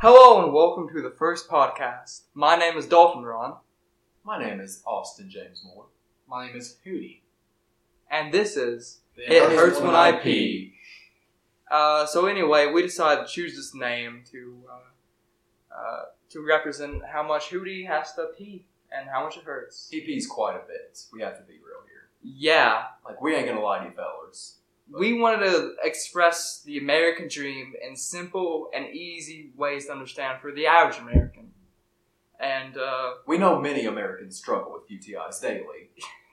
Hello and welcome to the first podcast. My name is Dalton Ron, My name is Austin James Moore. My name is Hootie. and this is. It, hurts when I pee. Uh, so anyway, we decided to choose this name to uh, uh, to represent how much Hootie has to pee and how much it hurts. He pees quite a bit. We have to be real here. Yeah, Like we ain't gonna lie to you, fellas. we wanted to express the American dream in simple and easy ways to understand for the average American. And uh, We know many Americans struggle with UTIs daily.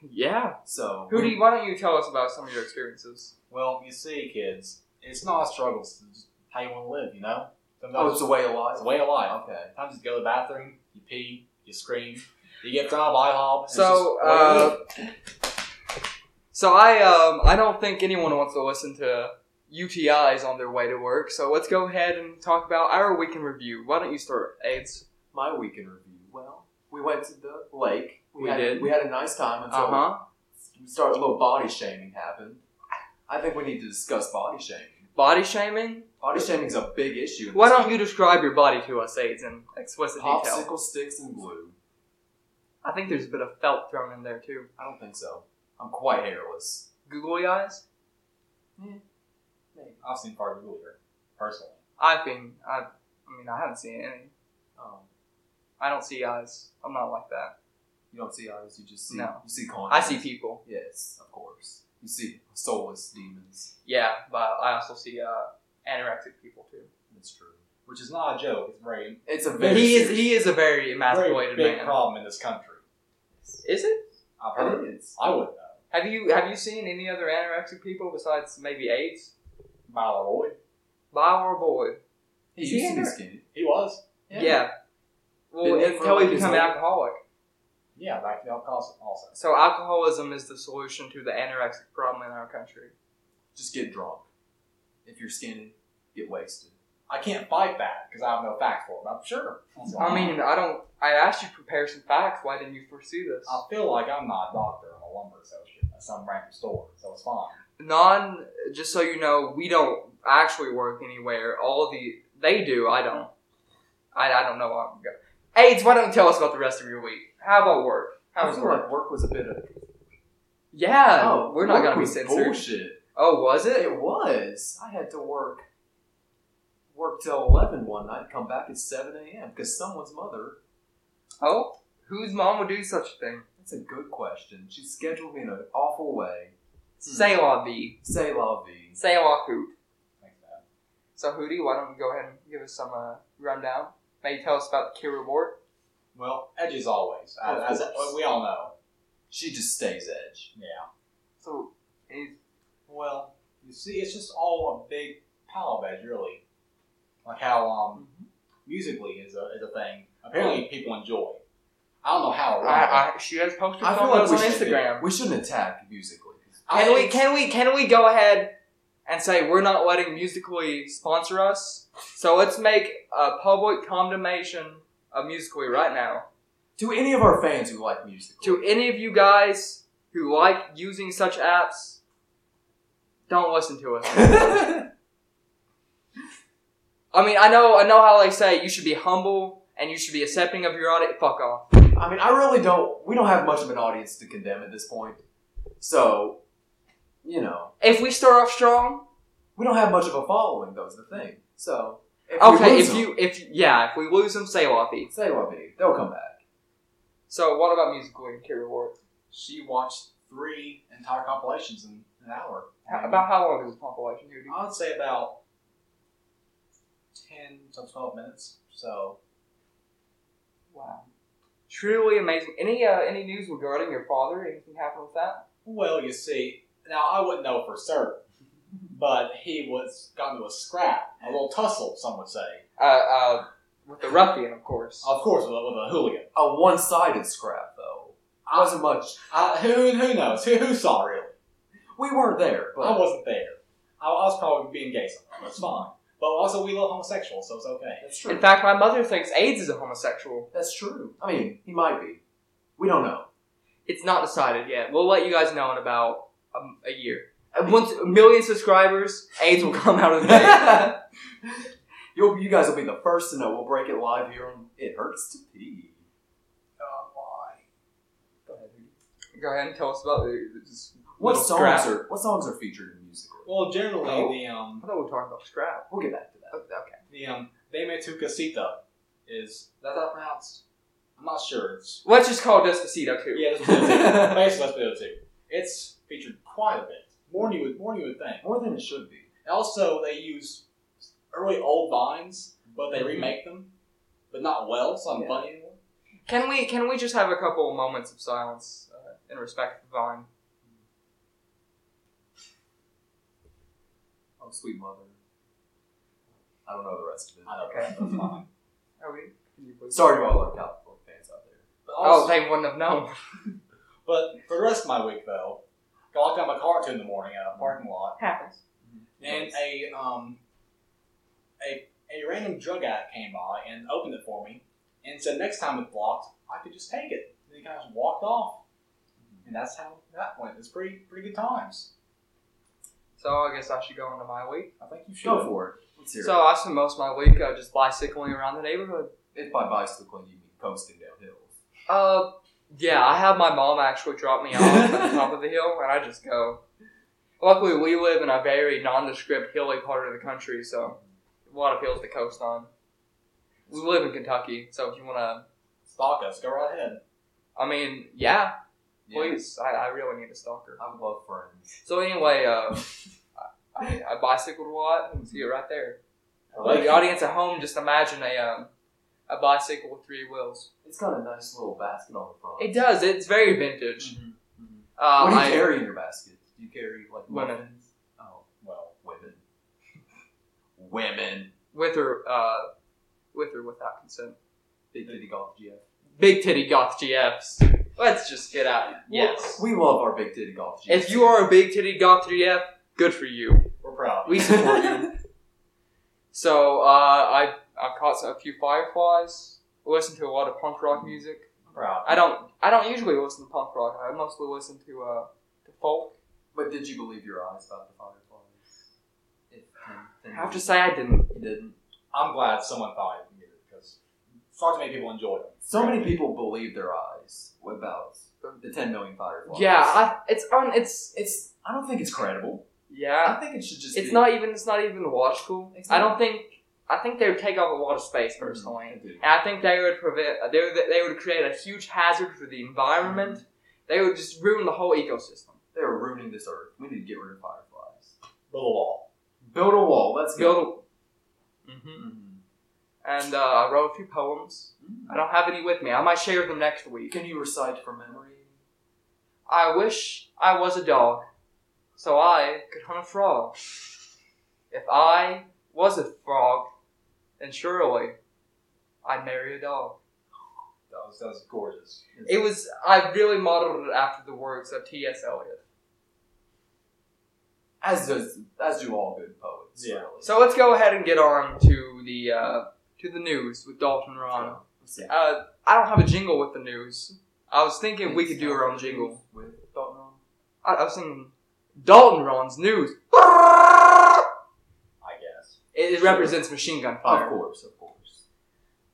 yeah, So Hootie, why don't you tell us about some of your experiences? Well, you see, kids, it's not a struggle. It's just how you want to live, you know? Sometimes Oh, it's a way of life. it's a way of life. Okay. Sometimes you go to the bathroom, you pee, you scream, you get thrown by IHOP. it's So, just a way of uh, life. So I um I don't think anyone wants to listen to UTIs on their way to work. So let's go ahead and talk about our week in review. Why don't you start, AIDS? My weekend review. Well, we went to the lake. We had, did. We had a nice time Uh until huh. we started a little body shaming happened. I think we need to discuss body shaming. Body shaming. Body shaming's a big issue. in Why this don't you describe your body to us, AIDS, in explicit detail? popsicle sticks and glue? I think there's a bit of felt thrown in there too. I don't think so. I'm quite hairless. Googly eyes. I've seen far earlier, personally. I've been. I. I mean, I haven't seen any. Um, I don't see eyes. I'm not like that. you don't see eyes. You just see. No. You see content. I see people. Yes, of course. You see soulless demons. Yeah, but I also see uh, anorexic people too. It's true. Which is not a joke. It's It's a very, a very He is. serious- He is a very very emasculated big man. problem in this country. Is it? I've heard. It is. I would, though. Have you have you seen any other anorexic people besides maybe AIDS? By Leroy. Bob or boy? He Is used he to be under- skinny. He was. Yeah. Well, Didn't he until for, we like, his become an own- alcoholic. Yeah, back to the Alcos also. So alcoholism is the solution to the anorexic problem in our country. Just get drunk. If you're skinny, get wasted. I can't fight that because I have no facts for it. but I'm sure. I mean, I don't. I asked you to prepare some facts. Why didn't you pursue this? Oh. I feel like I'm not a doctor. I'm a lumber associate at some random store, so it's fine. Non. Just so you know, we don't actually work anywhere. All of the they do. I don't. I, I don't know why I'm going. AIDS. Why don't you tell us about the rest of your week? How about work? How I was feel work? like work was a bit of. Yeah, Oh, we're not Oh, work gonna be was censored. Bullshit. Oh, was it? It was. I had to work. Work till eleven one night. Come back at seven a.m. Because someone's mother Oh, whose mom would do such a thing? That's a good question. She scheduled me in an awful way. Hmm. Say la vie. Say la vie. Say la hoot. Thanks, man. So, Hootie, why don't you go ahead and give us some uh, rundown? Maybe tell us about the Q reward. Well, edge is always, Of as, course. as we all know. She just stays edge. Yeah. So, is, Well, you see, it's just all a big pile of edge, really. Like how um, Mm-hmm. musically is a is a thing. Apparently, people enjoy. I don't know how. I, I, she has posted I feel something like on we should- Instagram. We shouldn't attack musically. Can we? Can we? Can we go ahead and say we're not letting Musically sponsor us? So let's make a public condemnation of Musically right now. To any of our fans who like music, To any of you guys who like using such apps, don't listen to us. I mean, I know, I know how they say you should be humble and you should be accepting of your audit. Fuck off. I mean, I really don't. We don't have much of an audience to condemn at this point. So, you know, If we start off strong, we don't have much of a following, though, is the thing. So, if we okay. lose If them, you, if yeah, if we lose them, say Wappy. say la vie, they'll come back. So what about musically and Carrie Ward? She watched three entire compilations in an hour. How, about how long is the compilation? Dude? I'd say about ten to twelve minutes. So Wow, truly amazing. Any uh, any news regarding your father? Anything happened with that? Well, you see, now I wouldn't know for certain, but he was got into a scrap, a little tussle, some would say. Uh, uh, with the ruffian, of course. Of course, with a, with a hooligan. A one-sided scrap, though, wasn't much. I, who who knows? Who who saw really? We weren't there, but I wasn't there. I, I was probably being gay. Sometimes. That's fine. But also, we love homosexuals, so it's okay. that's true. In fact, my mother thinks AIDS is a homosexual. That's true. I mean, he might be. We don't know. It's not decided yet. We'll let you guys know in about um, a year. Uh, Once a million subscribers, AIDS will come out of the bag. You'll, you guys will be the first to know. We'll break it live here on It Hurts to Pee. Oh my. Go ahead, dude. Go ahead and tell us about the. this What little songs scrap. are what songs are featured in music? Well, generally Oh. the um I thought we were talking about scrap. We'll get back to that. Oh, Okay. the um They Made Tu Casita is that that pronounced? I'm not sure. It's Let's just call Despacito too. yeah, that's what it is. basically that's what it is. It's featured quite a bit, more than you would more than you would think. More than it should be. Also, they use early old vines, Mm-hmm. but they remake them, but not well, so I'm Yeah. funny anymore. Can we can we just have a couple moments of silence uh, in respect of Vine? Oh, sweet mother. I don't know the rest of it. I don't Okay. know. That's fine. Are we? Can you please? Sorry to all our California fans out there. But, Oh, also, they wouldn't have known. but for the rest of my week, though, I walked out my car at 2 in the morning at a parking lot, Happens. and a, um, a, a random drug addict came by and opened it for me and said, next time it's blocked, I could just take it. And he kind of just walked off. And that's how that went. It's pretty pretty good times. So I guess I should go into my week. I think you should. Go for it. Let's hear So I spent most of my week uh, just bicycling around the neighborhood. it. If by bicycling you mean coasting down hills. Uh, yeah, I have my mom actually drop me off at the top of the hill, and I just go. Luckily, we live in a very nondescript hilly part of the country, so a lot of hills to coast on. We live in Kentucky, so if you want to, Stalk us. Go right ahead. I mean, yeah, Yeah. please. I, I really need a stalker. I love friends. So anyway, uh, I, I bicycled a lot. You can see it right there. I Well, like the audience at home, just imagine a um, a bicycle with three wheels. It's got a nice little basket on the front. It does. It's very vintage. Mhm. Uh, what do you I- carry in your basket? Do you carry like Women. muffins? Oh, Well, women. Women. with or uh, with or without consent. Big Diddy Golf GF. Big titty goth GFs. Let's just get out. Yes. We love our Big Diddy Golf GF. If you are a big titty goth GF, good for you. we're proud. We support you. So uh, I I caught some- a few fireflies. Listen to a lot of punk rock music. proud. I don't I don't usually listen to punk rock. I mostly listen to uh, to folk. But did you believe your eyes about the fireflies? It, I have to say I didn't. you didn't. I'm glad someone thought it needed because far too many people enjoy them. So many people believe their eyes about the 10 million fireflies. Yeah, I, it's on. It's it's. I don't think it's credible. yeah. I think it should just. It's be- not even. It's not even watchable. It's I not. don't think. I think they would take up a lot of space personally. I do. And I think they would prevent. They would, they would create a huge hazard for the environment. They would just ruin the whole ecosystem. They're ruining this earth. We need to get rid of fireflies. Build a wall. Build a wall. Let's go. Build. Mm-hmm. A, hmm And uh, I wrote a few poems. I don't have any with me. I might share them next week. Can you recite from memory? I wish I was a dog, so I could hunt a frog. If I was a frog, then surely I'd marry a dog. That was, that was gorgeous. It was I really modeled it after the works of T. S. Eliot. as does as do all good poets. Yeah. Really. So let's go ahead and get on to the uh, to the news with Dalton Ron. Let's see. Uh, I don't have a jingle with the news. I was thinking we could do our own jingle. with Dalton Ron. I, I was thinking Dalton Ron's news. I guess. It, it represents machine gun fire. Of course, of course.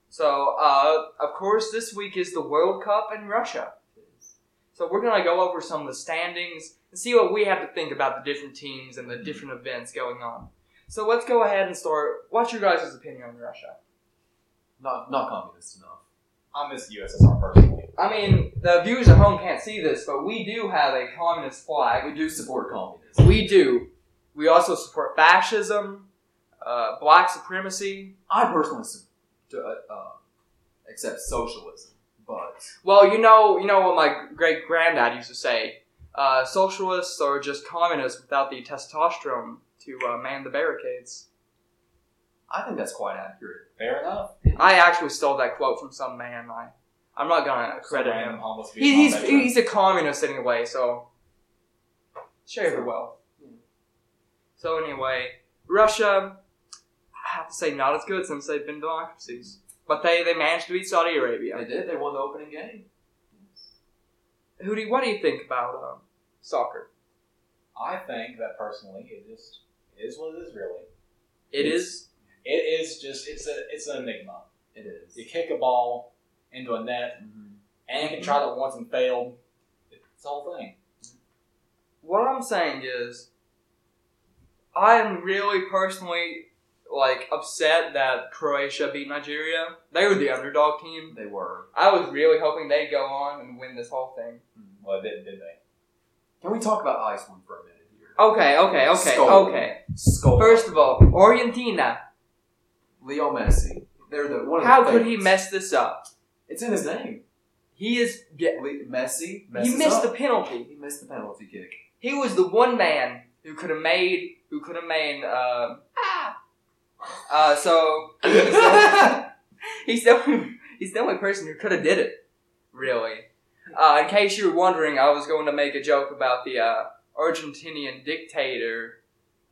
So, uh, of course, this week is the World Cup in Russia. So we're gonna go over some of the standings and see what we have to think about the different teams and the different events going on. So let's go ahead and start. What's your guys' opinion on Russia? Not not communist enough. I miss the USSR personally. I mean, the viewers at home can't see this, but we do have a communist flag. We do support communism. We do. We also support fascism, uh, black supremacy. I personally su- d- uh, uh, accept socialism, but Well, you know, you know what my great granddad used to say: uh, socialists are just communists without the testosterone to uh, man the barricades. I think that's quite accurate. Fair enough. I actually stole that quote from some man. I, I'm not gonna credit Some random him. homeless He, Vietnam he's veteran. he's a communist anyway, so share your wealth. So anyway, Russia, I have to say, not as good since they've been democracies, but they they managed to beat Saudi They Arabia. did. They won the opening game. Who do you, what do you think about um, soccer? I think that personally, it just it is what it is. Really, It is It is just it's a it's an enigma. It is. You kick a ball into a net, Mhm. Mm-hmm. and you can try that once and fail. It's the whole thing. What I'm saying is, I am really personally like upset that Croatia beat Nigeria. They were the underdog team. They were. I was really hoping they'd go on and win this whole thing. Well, they did, did they? Can we talk about Iceland for a minute here? Okay, okay, okay, Skull. okay. Skull. Oh, First of all, Argentina. Leo Messi. They're the one. Of How the could he favorites. mess this up? It's in his name. He is. yeah, Le- Messi. he messes missed up. the penalty. He missed the penalty kick. He was the one man who could have made. Who could have made. Uh, uh, so he's the only, he's the only person who could have did it, really. Uh, in case you were wondering, I was going to make a joke about the uh, Argentinian dictator.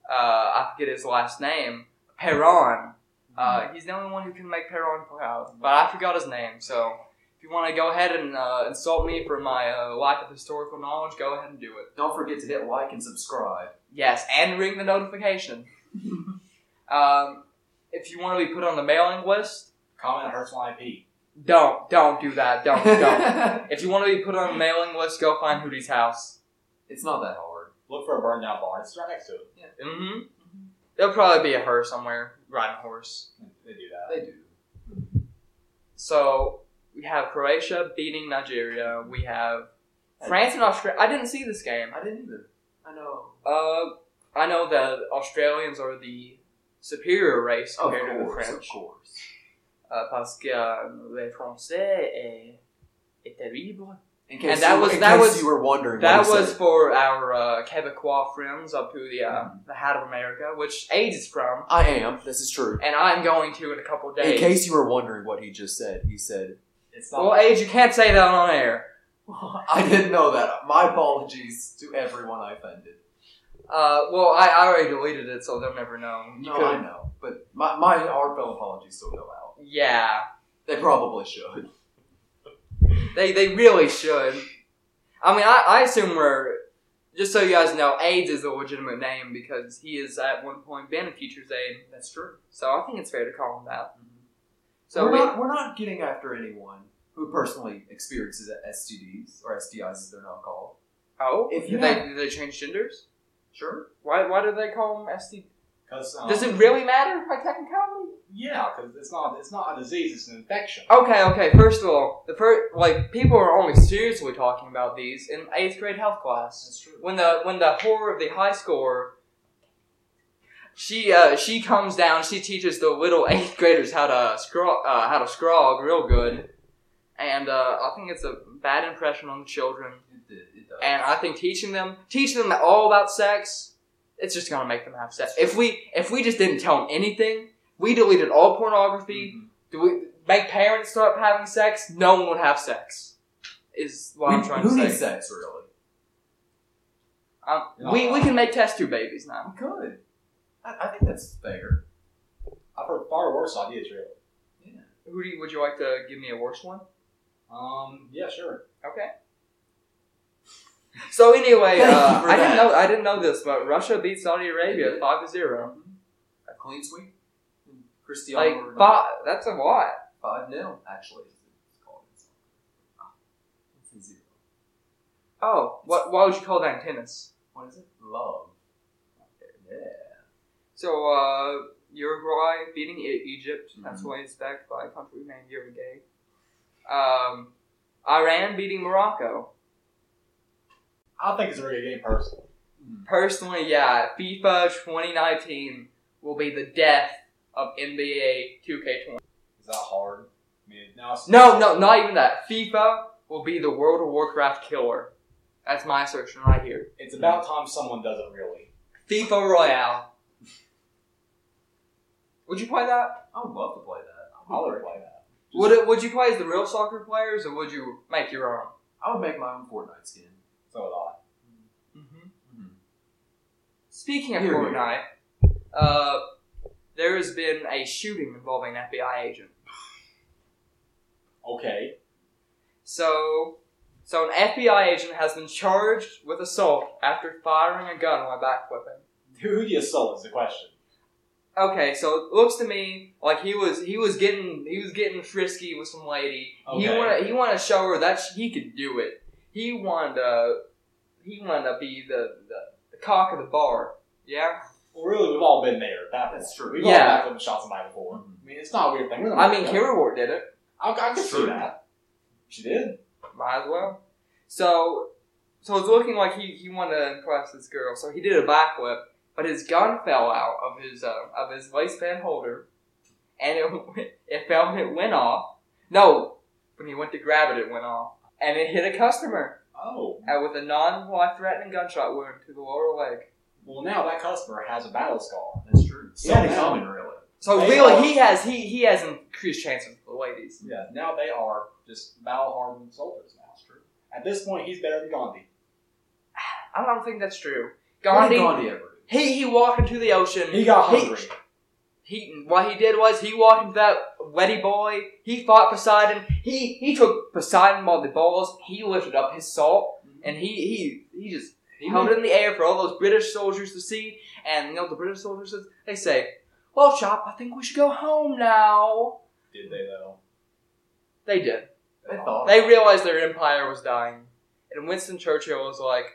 Uh, I forget his last name. Peron. Uh, he's the only one who can make Peron proud, but I forgot his name. So if you want to go ahead and uh, insult me for my uh, lack of historical knowledge, go ahead and do it. Don't forget to hit like and subscribe. Yes, and ring the notification. um, if you want to be put on the mailing list, Comment hurts my IP. don't don't do that. Don't don't. If you want to be put on a mailing list, go find Hootie's house. it's not that hard. Look for a burned down barn. It's right next to it. Mm-hmm. There'll probably be a her somewhere riding a horse. They do that. They do. So we have Croatia beating Nigeria. We have France and Australia. I didn't see this game. I didn't either. I know. Uh, I know that Australians are the superior race Of compared to the course, French. of course. Uh, parce que uh, les Français est, est terrible. In And that you- was- in that case was- you were wondering. That what he was said. for our uh, Quebecois friends up to the uh, the Hat of America, which AIDS is from. I am. This is true. and I'm going to in a couple days. In case you were wondering what he just said, he said, It's not. well, Age, you can't say that on air. "I didn't know that." My apologies to everyone I offended. Uh, well, I, I already deleted it, so they'll never know. You No, could- I know, but my my heartfelt apologies still go out. Yeah, They probably should. they they really should. I mean, I, I assume we're just so you guys know, AIDS is a legitimate name because he is at one point been a Future's aide. That's true. So I think it's fair to call him that. So we're we- not we're not getting after anyone who personally experiences STDs or STIs as they're now called. oh, if you did they did they change genders? Sure. Why why do they call him STD? Cause, um, Does it really matter by technicality? Yeah, because it's not it's not a disease. It's an infection. Okay, okay. First of all, the first like people are only seriously talking about these in eighth grade health class. That's true. When the when the horror of the high score, she uh, she comes down. She teaches the little eighth graders how to scrog uh, how to scrog real good, and uh, I think it's a bad impression on the children. It, did it does. And I think teaching them teaching them all about sex, it's just gonna make them have sex. If we if we just didn't tell them anything, we deleted all pornography. Mm-hmm. Mhm. Do we make parents start having sex? No one would have sex. Is what I'm Who- trying who to needs say. sex really? Um, we we can make test tube babies now. I'm good. I, I think that's fair. I've heard far worse ideas, really. Yeah. Who do you, would you like to give me a worse one? Um. Yeah. Sure. Okay. So anyway, Thank uh, you for I didn't that. know I didn't know this, but Russia beat Saudi Arabia Yeah. five to zero. A clean sweep. Cristiano Like Ronaldo. five, that's a lot. Five nil, actually. is what It's called. Ah. It's a zero. Oh, what why would you call that in tennis? What is it? Love. Yeah. So uh, Uruguay beating e- Egypt. That's Mhm. why it's backed by a country named Uruguay. Um, Iran beating Morocco. I think it's a really good game, personally. Personally, yeah, FIFA 2019 will be the death of NBA 2K20. Is that hard? I mean, now it's, No, no, not even that. FIFA will be the World of Warcraft killer. That's my assertion right here. It's about time someone does it, really. FIFA Royale. Would you play that? I would love to play that. I I would, would play that. Would it? Would you play as the real soccer players, or would you make your own? I would make my own Fortnite skin. So would I. Mm-hmm. Mhm. Speaking of Here, here. Fortnite, uh, there has been a shooting involving an FBI agent. Okay. So, so an FBI agent has been charged with assault after firing a gun while backflipping. Who, who do you assault is the question. Okay, so it looks to me like he was he was getting he was getting frisky with some lady. He Okay. wanted he wanted to show her that sh- he could do it. He wanted to he wanted to be the, the, the cock of the bar. Yeah, Well, really, we've all been there. at That That's point. true. We've Yeah. all backed up and shot somebody before. Mm-hmm. I mean, it's not a weird thing. We don't I mean know. Kimmy Ward did it. I, I could see True. that. She did. Might as well. So so it's looking like he he wanted to impress this girl. So he did a backflip, but his gun fell out of his uh, of his waistband holder, and it went- it fell and it went off. No, when he went to grab it, it went off, and it hit a customer. Oh. and with a non-life-threatening gunshot wound to the lower leg. Well, now that customer has a battle scar. That's true. Yeah, Something yeah. common, really. So Hey, really, uh, he has he he has increased chances for the ladies. Yeah. Now they are just battle hardened soldiers. Now it's true. At this point, he's better than Gandhi. I don't think that's true. What Gandhi, did Gandhi ever do? he he walked into the ocean. He got hungry. He what he did was he walked into that wetty boy. He fought Poseidon. He he took Poseidon by the balls. He lifted up his salt Mm-hmm. and he he he just He held made- it in the air for all those British soldiers to see. And you know what the British soldiers they say, "Well, Chop, I think we should go home now." Did they though? They did. They thought. They realized their empire was dying, and Winston Churchill was like,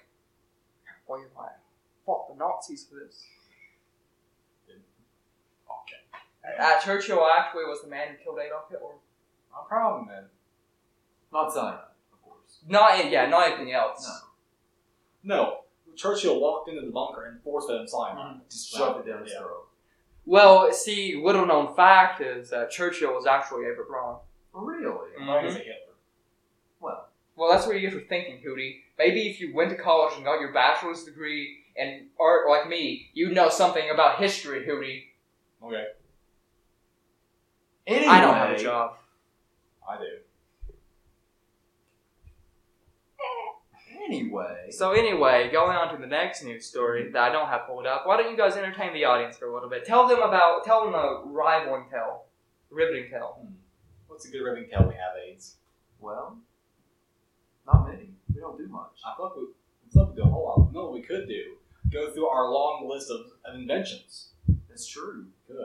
"Why you lying? Fought the Nazis for this." Okay. Uh, Churchill actually was the man who killed Adolf Hitler. No problem then. Not Zion, of course. Not yeah, not anything else. No. No. Churchill walked into the bunker and forced them silent. Just shoved it down his Yeah. throat. Well, see, little known fact is that Churchill was actually Averett Brown. Really? Like I said, Mm-hmm. Hitler. Well, Well, that's what you get for thinking, Hootie. Maybe if you went to college and got your bachelor's degree and art like me, you know something about history, Hootie. Okay. anyway, I don't have a job. I do. Anyway, So anyway, going on to the next news story that I don't have pulled up. Why don't you guys entertain the audience for a little bit? Tell them about tell them the rivaling tale, riveting tale. Hmm. What's a good ribbon tell we have AIDS? well, not many. We don't do much. I thought we, I thought we do a whole lot. No, we could do go through our long list of, of inventions. That's true. Good.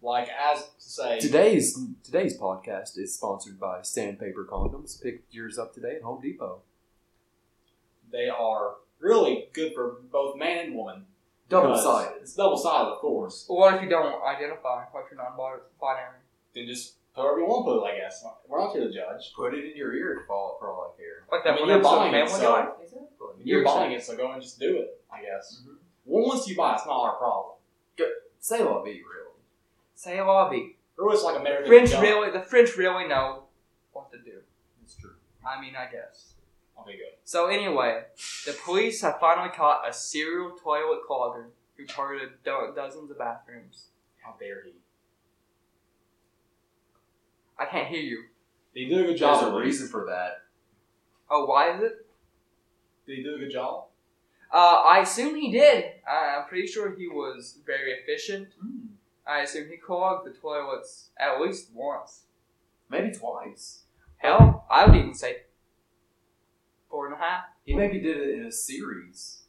Like as to say, Today's today's podcast is sponsored by Sandpaper Condoms. Pick yours up today at Home Depot. they are really good for both man and woman. Double because sided. It's double sided, of course. Well, what if you don't identify? What if you're non-binary? Then just put whatever you want to put. it, I guess we're not here to judge. Put it in your ear for all, for all I care. Like I that mean, one you're episode of buying it, Family so- Guy. But You're You're buying it, so go and just do it. I guess. Mhm. Well, once you buy, it's not our problem. Say what be real. Say lobby. Or it's like American French junk. really, the French really know what to do. It's true. I mean, I guess. Okay, good. So anyway, the police have finally caught a serial toilet clogger who targeted do- dozens of bathrooms. How dare he? I can't hear you. Did he do a good job? There's a at least? reason for that. Oh, why is it? Did he do a good job? Uh, I assume he did. I, I'm pretty sure he was very efficient. Hmm. I assume he clogged the toilets at least once. Maybe twice. Hell, I would even say four and a half. He maybe did it in a series.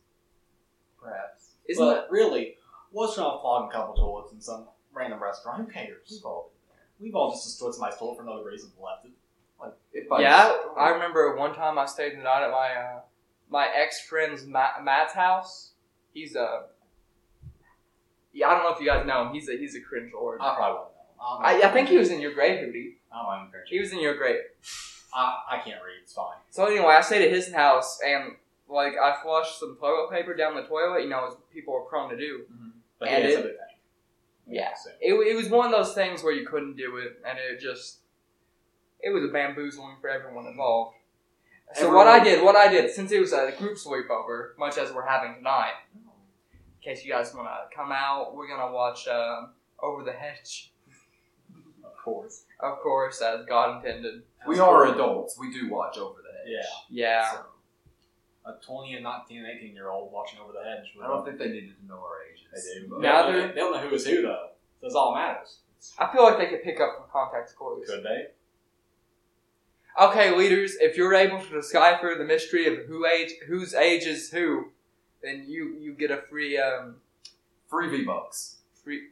Perhaps. Isn't but really, what's wrong with clogging a couple toilets in some random restaurant? Who Hmm. cares? We've all been there. We've all just destroyed somebody's toilet for no reason and left it. Like, if that? I Yeah, I remember one time I stayed the night at my uh, my ex friend's Ma- Matt's house. He's a yeah. I don't know if you guys know him. He's a he's a cringe lord. I probably wouldn't know. I, I think he was in your grade, Hootie. I don't mind cringe. He was in your grade. I, I can't read. It's fine. So anyway, I stayed at his house and like I flushed some toilet paper down the toilet, you know, as people are prone to do. But he And has it- other things. Yeah. So, It, it was one of those things where you couldn't do it, and it just it was a bamboozling for everyone involved. So what I did, what I did, since it was a group sleepover, much as we're having tonight, in case you guys want to come out, we're gonna watch um, Over the Hedge, of course. of course, as God intended. We are adults. We do watch over the Yeah. hedge. Yeah. So, A 20 and 19 and 18 year old watching over the hedge. with I don't think they needed to know our ages. they do. but- But Now they, they're- don't, they don't know who is who, though. So that's all that matters. I feel like they could pick up from context clues. Could they? Okay, leaders, if you're able to decipher the mystery of who age, whose age is who, then you you get a free um Free V Bucks. free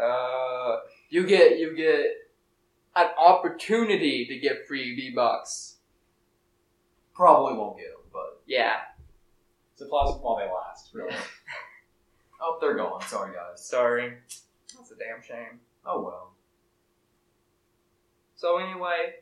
Uh, you get you get an opportunity to get free V bucks. Probably won't get them, but Yeah. Supplies while they last, really. oh, they're gone. Sorry, guys. Sorry. That's a damn shame. Oh well. So anyway,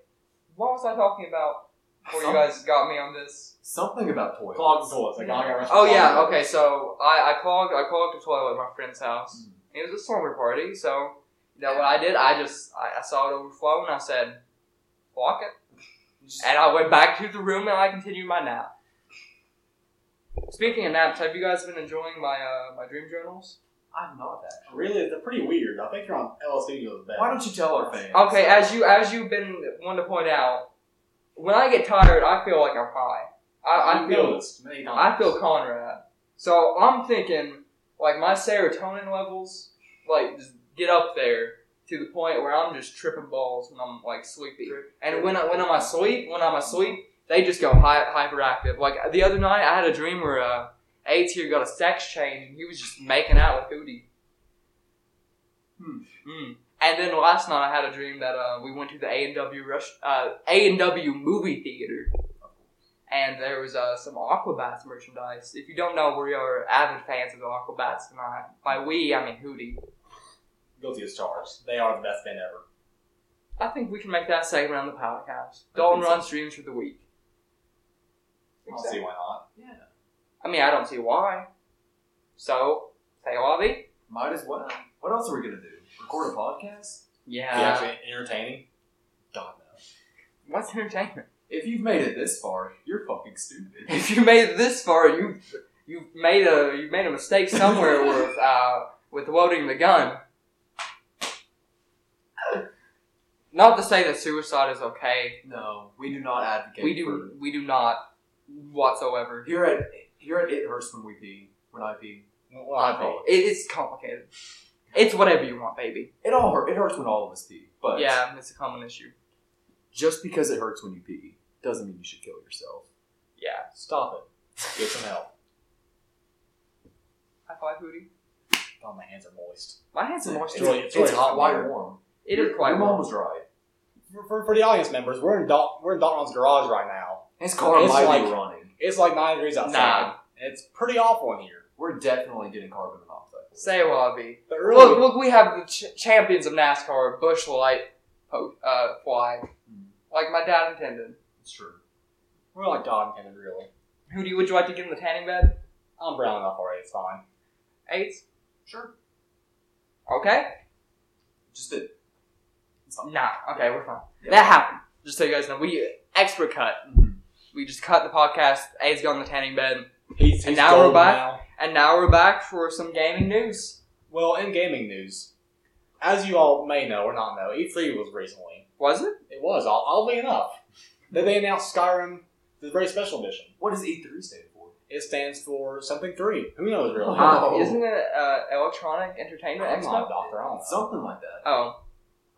what was I talking about before you Some- guys got me on this? Something about toilets. Clogged toilets. Like, I got Oh yeah, okay. So I, I clogged I clogged the toilet at my friend's house. Mm. It was a slumber party, so you know what I did? I just I, I saw it overflow and I said, "Block it," and I went back to the room and I continued my nap. Speaking of naps, have you guys been enjoying my uh, my dream journals? I'm not actually. Really, they're pretty weird. I think you're on LSD to the bed. Why don't you tell our fans? Okay, as you as you've been wanting to point out, when I get tired, I feel like I'm high. I, I You've feel noticed many times. I feel Conrad. So I'm thinking, like, my serotonin levels, like, just get up there to the point where I'm just tripping balls when I'm, like, sleepy. And when, I, when I'm asleep, when I'm asleep, they just go hy- hyperactive. Like, the other night, I had a dream where uh, A tier got a sex change, and he was just making out with Hootie. Hmm. Mm. And then last night, I had a dream that uh, we went to the A&W, rush, uh, A&W movie theater and there was uh, some Aquabats merchandise. If you don't know, we are avid fans of the Aquabats, and I, by we, I mean Hootie. Guilty as charged. They are the best band ever. I think we can make that segment on the podcast. Dalton think so. runs dreams for the week. I don't see why not. Yeah. I mean, I don't see why. So, say Lobby? Might as well. What else are we gonna do? Record a podcast? Yeah. Is it actually entertaining? God no. What's entertainment? If you've made it this far, you're fucking stupid. If you made it this far, you you made a you made a mistake somewhere with uh, with loading the gun. Not to say that suicide is okay, no, we do not advocate. We do. We do not For, whatsoever. here at here at it hurts when we pee. When I pee, Well, I think. It, it's complicated. It's whatever you want, baby. it all hurt. It hurts when all of us pee. But Yeah, it's a common issue. just because it hurts when you pee doesn't mean you should kill yourself. Yeah. Stop it. Get some help. High five, Hootie. Oh, my hands are moist. My hands are It's, moist. really- it's, it's really hot, hot why water. warm? It is quite Your warm. mom was right. For, for, for the audience members, we're in Dal- we're in Dalton's garage right now. His car It's might be like- running. It's like nine degrees outside. Nah. It's pretty awful in here. We're definitely getting carbon monoxide. Say Wabi. But really, Look, look, we have the ch- champions of NASCAR, Bush Light po- uh, Hmm. flag, Mm, like my dad intended. it's true. we're like God intended, really. Hootie, would you like to get in the tanning bed? I'm brown enough already. It's fine. Eight. Sure. Okay. Just that. It's not- Nah. Okay, we're fine. Yeah. That happened. Just so you guys know, we expert cut. Mhm. We just cut the podcast. A's got in the tanning bed. He's, he's And now we're golden back? now. And now we're back for some gaming news. Well, in gaming news, as you all may know or not know, E3 was recently. Was it? It was odd- oddly enough that they announced Skyrim, the very special edition. What does E3 stand for? It stands for something three. Who knows really? Uh, Uh, isn't it uh, Electronic Entertainment Oh. I'm not a Expo? doctor. I don't know. Something like that. Oh,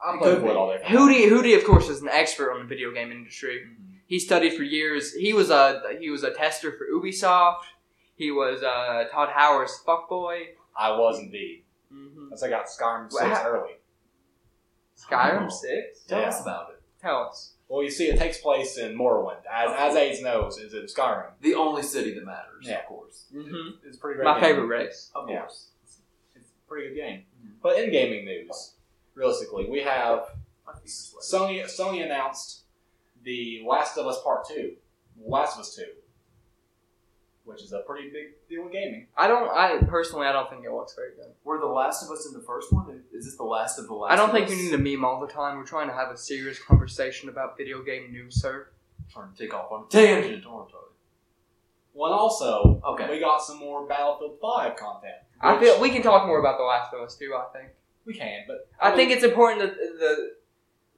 I I played could with all that. Hootie, Hootie, of course, is an expert on the video game industry. Mhm. He studied for years. He was a he was a tester for Ubisoft. He was uh, Todd Howard's fuckboy. I was indeed. Mm-hmm. That's I got Well, Skyrim six how- early. Skyrim Oh. Six. Tell Yeah. us about it. Tell us. Well, you see, it takes place in Morrowind, as as Aids knows, is in Skyrim. The only city that matters. Yeah. Of course. Mhm. It's a pretty great. My game. favorite race. Of Yeah. course. It's a pretty good game. Mhm. Mm-hmm. But in gaming news, realistically, we have My thesis was- Sony Sony announced the Last of Us Part Two, Last of Us Two, which is a pretty big deal in gaming. I don't. I personally, I don't think it looks very good. Were the Last of Us in the first one? Is this the last of the Last? I don't of think us? you need to meme all the time. We're trying to have a serious conversation about video game news, sir. trying to take off on a tangent, aren't Well, and also I? Okay. we got some more Battlefield Five content. I which feel we can talk more about The Last of Us too. I think. we can, but I think it's important that the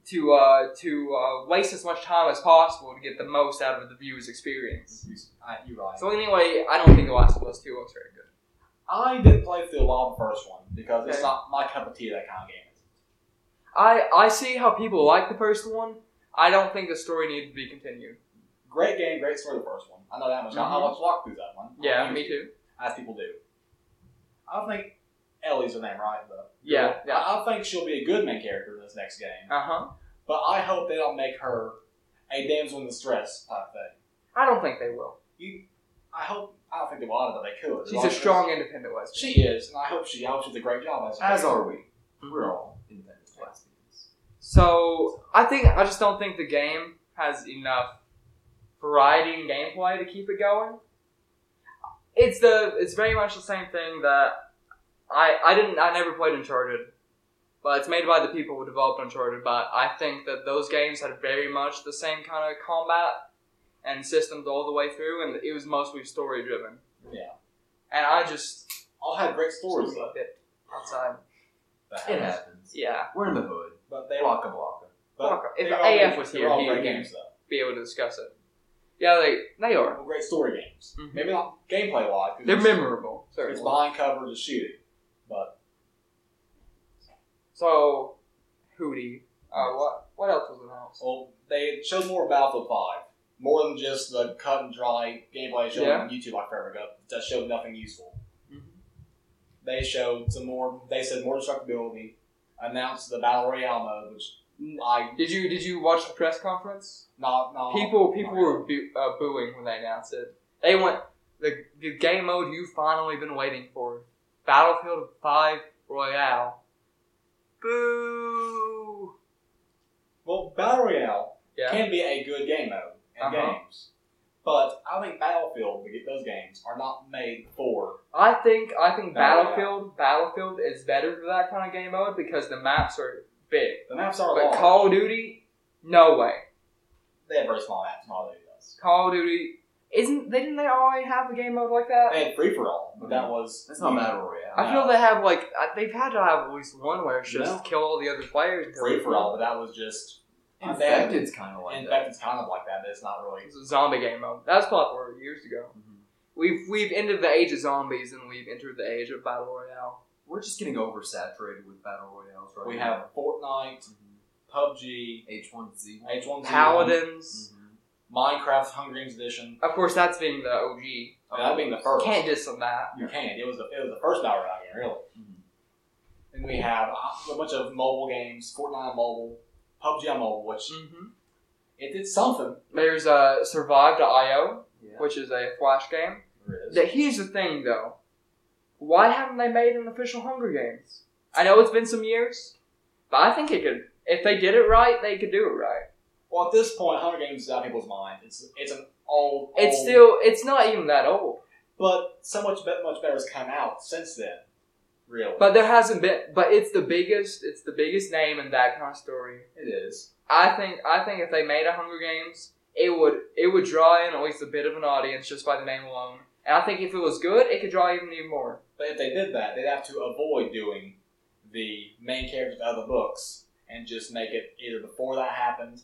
to uh, to uh, waste as much time as possible to get the most out of the viewer's experience. it's I, you're right. So anyway, I don't think The Last of Us Two looks very good. I didn't play through a lot of the first one because it's Okay. not my cup of tea. That kind of game. I I see how people like the first one. I don't think the story needed to be continued. Great game, great story. The first one, I know that much. I, I Mhm. watched walkthroughs that one. Yeah, me too. As people do. I don't think Ellie's her name, right? The girl. Yeah, yeah. I, I think she'll be a good main character in this next game, Uh huh. but I hope they don't make her a damsel in distress type thing. I don't think they will. You, I hope. I don't think they will either, but they could. As She's long a as- strong, independent lesbian. She is, and I hope she. I hope she does a great job as a As character. are we. We're all independent lesbians. So I think I just don't think the game has enough variety in gameplay to keep it going. It's the it's very much the same thing that I I didn't I never played Uncharted, but it's made by the people who developed Uncharted. But I think that those games had very much the same kind of combat and systems all the way through, and it was mostly story driven. Yeah. and I just All had great stories, though. loved it outside. That It happens. happens. Yeah, We're in the hood. But they Blocka blocka. But If they're the all AF great- was they're here, all he great would games, though. be able to discuss it. Yeah, they they are. They're great story games. Mhm. Maybe not gameplay wise. They're memorable. certainly. It's behind cover to shooting, but So, Hootie. Uh, what what else was announced? well, they showed more about the Five, more than just the cut and dry gameplay they showed Yeah. on YouTube like forever ago. That showed nothing useful. They showed some more. They said more destructibility. Announced the battle royale mode, which I Did you did you watch the press conference? not not People people not- were boo- uh, booing when they announced it. They went the the game mode you've finally been waiting for, Battlefield Five Royale. Boo. Well, Battle Royale Yeah. can be a good game mode in Uh-huh. games, but I think Battlefield, those games, are not made for. I think I think Battle Battlefield Battlefield is better for that kind of game mode because the maps are big. The maps are But large. Call of Duty, no way. they have very small maps, all they does. Call of Duty isn't they didn't they already have a game mode like that? They had free for all, but Mm-hmm. that was That's not battle royale. I feel they have like I- they've had to have at least one where it's just No. kill all the other players. until free they- for all, but that was just In they have- fact, it's kind of like in that. fact, it's kind of like that. But it's not really. It's a zombie game mode. That was popular years ago. Mhm. We've we've entered the age of zombies and we've entered the age of battle royale. We're just getting oversaturated with battle royales right We now. have Fortnite, Mhm. PUBG, H1Z1. H1Z1, Paladins, Mhm. Minecraft, Hunger Games Edition. of course, that's being the OG. And that being the first, Can't diss on that. you can't. It was the it was the first battle royale game, really. Mhm. And we have uh, a bunch of mobile games, Fortnite on mobile, PUBG on mobile, which hmm it did something. There's uh, Survive to IO, Yeah. which is a flash game. There is. That here's the thing though, why haven't they made an official Hunger Games? I know it's been some years, but I think it could. If they did it right, they could do it right. Well, at this point, Hunger Games is out of people's mind. It's it's an old. It's old- still it's not even that old. but so much be- much better has come out since then. Really, But there hasn't been but it's the biggest it's the biggest name in that kind of story. it is. I think I think if they made a Hunger Games, it would it would draw in at least a bit of an audience just by the name alone. And I think if it was good, it could draw even even more. But if they did that, they'd have to avoid doing the main characters of the books and just make it either before that happened,